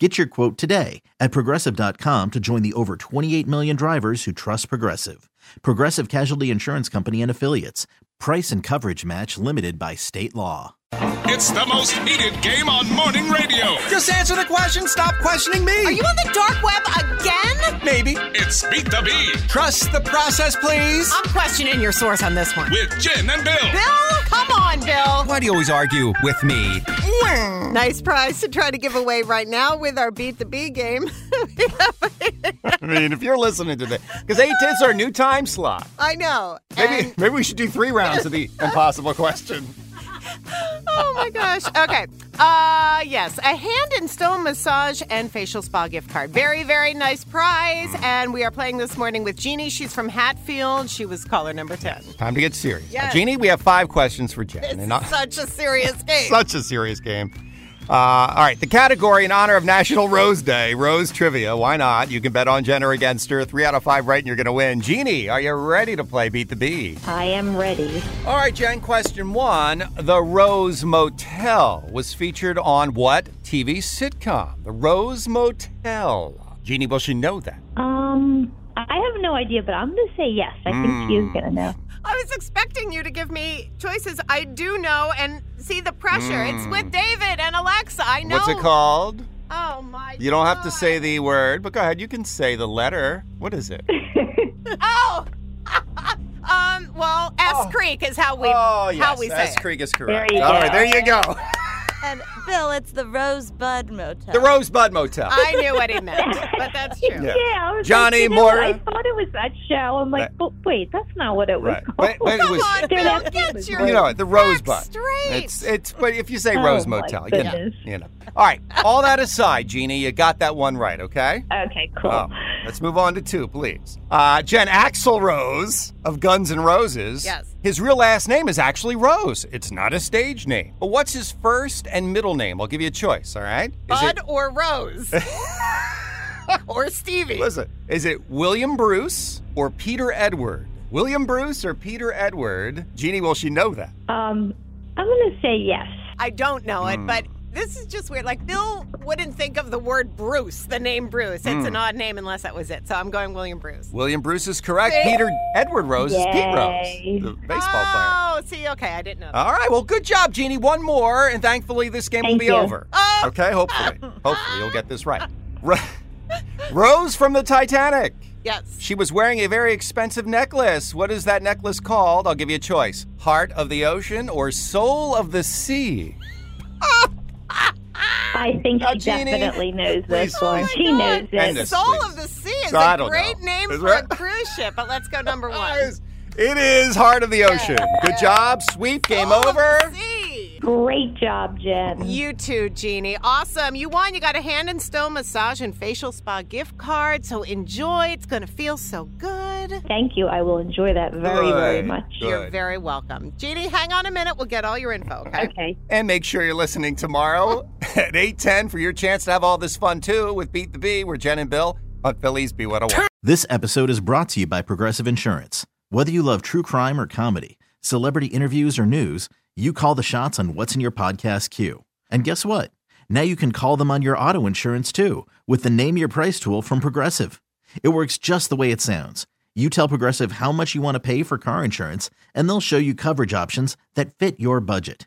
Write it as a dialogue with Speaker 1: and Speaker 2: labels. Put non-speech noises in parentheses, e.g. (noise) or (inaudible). Speaker 1: Get your quote today at progressive.com to join the over 28 million drivers who trust Progressive. Progressive Casualty Insurance Company and Affiliates. Price and coverage match limited by state law.
Speaker 2: It's the most heated game on morning radio.
Speaker 3: Just answer the question. Stop questioning me.
Speaker 4: Are you on the dark web again?
Speaker 3: Maybe.
Speaker 2: It's Beat the Bee
Speaker 3: Trust the process, please.
Speaker 4: I'm questioning your source on this one.
Speaker 2: with Jen and Bill.
Speaker 4: Bill, come on, Bill.
Speaker 3: Why do you always argue with me?
Speaker 5: Nice prize to try to give away right now with our Beat the Bee game. (laughs)
Speaker 3: I mean, if you're listening to this, because eight tenths are a new time slot.
Speaker 5: I know.
Speaker 3: Maybe,
Speaker 5: And-
Speaker 3: maybe we should do three rounds of the impossible question.
Speaker 5: oh my gosh. Okay. Uh yes, a hand and stone massage and facial spa gift card. Very very nice prize and we are playing this morning with Jeannie. She's from Hatfield. She was caller number 10.
Speaker 3: Time to get serious. Now,
Speaker 5: Yes.
Speaker 3: Jeannie, we have five questions for Jen.
Speaker 5: It's
Speaker 3: and I-
Speaker 5: such a serious game.
Speaker 3: (laughs) such a serious game. Uh, all right, the category in honor of National Rose Day, Rose Trivia. Why not? You can bet on Jen or against her. Three out of five right, and you're going to win. Jeannie, are you ready to play Beat the Bee?
Speaker 6: I am ready.
Speaker 3: All right, Jen, question one. The Rose Motel was featured on what TV sitcom? The Rose Motel. Jeannie, will she know that?
Speaker 6: Um, I have no idea, but I'm gonna say yes. I think she is gonna
Speaker 7: Mm.
Speaker 6: know.
Speaker 5: I was expecting you to give me choices. I do know and see the pressure. It's with David and Alexa. I know.
Speaker 3: Hmm. What's it called?
Speaker 5: Oh my
Speaker 3: You don't have to
Speaker 5: God.
Speaker 3: say the word, but go ahead. You can say the letter. What is it?
Speaker 5: Oh. (laughs) um. Well, S Creek is how we
Speaker 3: (laughs) oh, yes.
Speaker 5: how we say
Speaker 3: That's
Speaker 5: it.
Speaker 3: Creek is correct.
Speaker 6: There you
Speaker 3: All
Speaker 6: go.
Speaker 3: right, there you (laughs) go.
Speaker 7: And Bill, it's the Rosebud Motel.
Speaker 3: The Rosebud Motel.
Speaker 5: I knew what he meant, but
Speaker 3: (laughs)
Speaker 5: that's true.
Speaker 3: Yeah.
Speaker 6: Yeah, I was
Speaker 3: Johnny
Speaker 6: like, you know what?
Speaker 3: Mora.
Speaker 6: I thought it was that show. I'm like,
Speaker 3: Right.
Speaker 6: but wait, that's not what it was
Speaker 3: Right.
Speaker 6: called.
Speaker 3: But, but it
Speaker 5: Come
Speaker 3: was.
Speaker 5: on,
Speaker 6: They're
Speaker 5: Bill,
Speaker 6: not
Speaker 5: get
Speaker 6: famous,
Speaker 5: your
Speaker 6: but-
Speaker 3: You know it, the Rosebud.
Speaker 5: straight.
Speaker 3: It's it's but if you say
Speaker 6: Oh,
Speaker 3: Rose
Speaker 6: my
Speaker 3: Motel, you know,
Speaker 6: goodness.
Speaker 3: you know. All right. All that aside, Jeannie, you got that one right, okay?
Speaker 6: (laughs) okay, cool.
Speaker 3: Oh, let's move on to two, please. Uh, Jen Axel Rose of Guns N' Roses.
Speaker 5: Yes.
Speaker 3: His real last name is actually Rose. It's not a stage name. But what's his first and middle name? I'll give you a choice, all right? Is
Speaker 5: Bud
Speaker 3: it
Speaker 5: or Rose
Speaker 3: (laughs)
Speaker 5: or Stevie.
Speaker 3: Listen, is it William Bruce or Peter Edward? William Bruce or Peter Edward? Jeannie, will she know that?
Speaker 6: Um, I'm gonna say yes.
Speaker 5: I don't know it,
Speaker 3: Hmm.
Speaker 5: but this is just weird. Like Bill wouldn't think of the word Bruce, the name Bruce. It's
Speaker 3: Hmm.
Speaker 5: an odd name unless that was it. So I'm going William Bruce.
Speaker 3: William Bruce is correct. Peter Edward Rose is
Speaker 6: Yay.
Speaker 3: Pete Rose, the baseball player.
Speaker 5: oh, see, okay, I didn't know. that.
Speaker 3: All right, well, good job, Jeannie. One more, and thankfully this game will
Speaker 6: Thank
Speaker 3: be
Speaker 6: you. Oh.
Speaker 3: over. Okay, hopefully. hopefully you'll get this right. Ro- Rose from the Titanic.
Speaker 5: yes.
Speaker 3: She was wearing a very expensive necklace. What is that necklace called? I'll give you a choice. Heart of the Ocean or Soul of the Sea?
Speaker 6: I think
Speaker 3: Now,
Speaker 6: she
Speaker 3: Jeannie,
Speaker 6: definitely knows
Speaker 3: please,
Speaker 6: this one.
Speaker 3: please.
Speaker 6: She knows
Speaker 3: End
Speaker 6: this.
Speaker 3: this.
Speaker 5: Oh Soul
Speaker 3: please.
Speaker 5: of the Sea is
Speaker 3: So I
Speaker 5: a
Speaker 3: don't
Speaker 5: great
Speaker 3: know.
Speaker 5: name
Speaker 3: Is
Speaker 5: for a
Speaker 3: that-
Speaker 5: cruise ship, but let's go number one.
Speaker 3: Guys, It is Heart of the Ocean. Good job. Sweep. Game
Speaker 5: Soul of the
Speaker 3: over.
Speaker 5: Sea.
Speaker 6: Great job, Jen.
Speaker 5: You too, Jeannie. Awesome. You won. You got a hand and stone massage and facial spa gift card. So enjoy. It's going to feel so good.
Speaker 6: Thank you. I will enjoy that very, very
Speaker 3: Good.
Speaker 6: much.
Speaker 3: Good.
Speaker 5: You're very welcome. Jeannie, hang on a minute. We'll get all your info, okay?
Speaker 6: Okay.
Speaker 3: And make sure you're listening tomorrow (laughs) at 8.10 for your chance to have all this fun, too, with Beat the Bee, where Jen and Bill on Phillies Be What I Want.
Speaker 1: This episode is brought to you by Progressive Insurance. Whether you love true crime or comedy, celebrity interviews or news, you call the shots on what's in your podcast queue. And guess what? Now you can call them on your auto insurance too with the Name Your Price tool from Progressive. It works just the way it sounds. You tell Progressive how much you want to pay for car insurance, and they'll show you coverage options that fit your budget.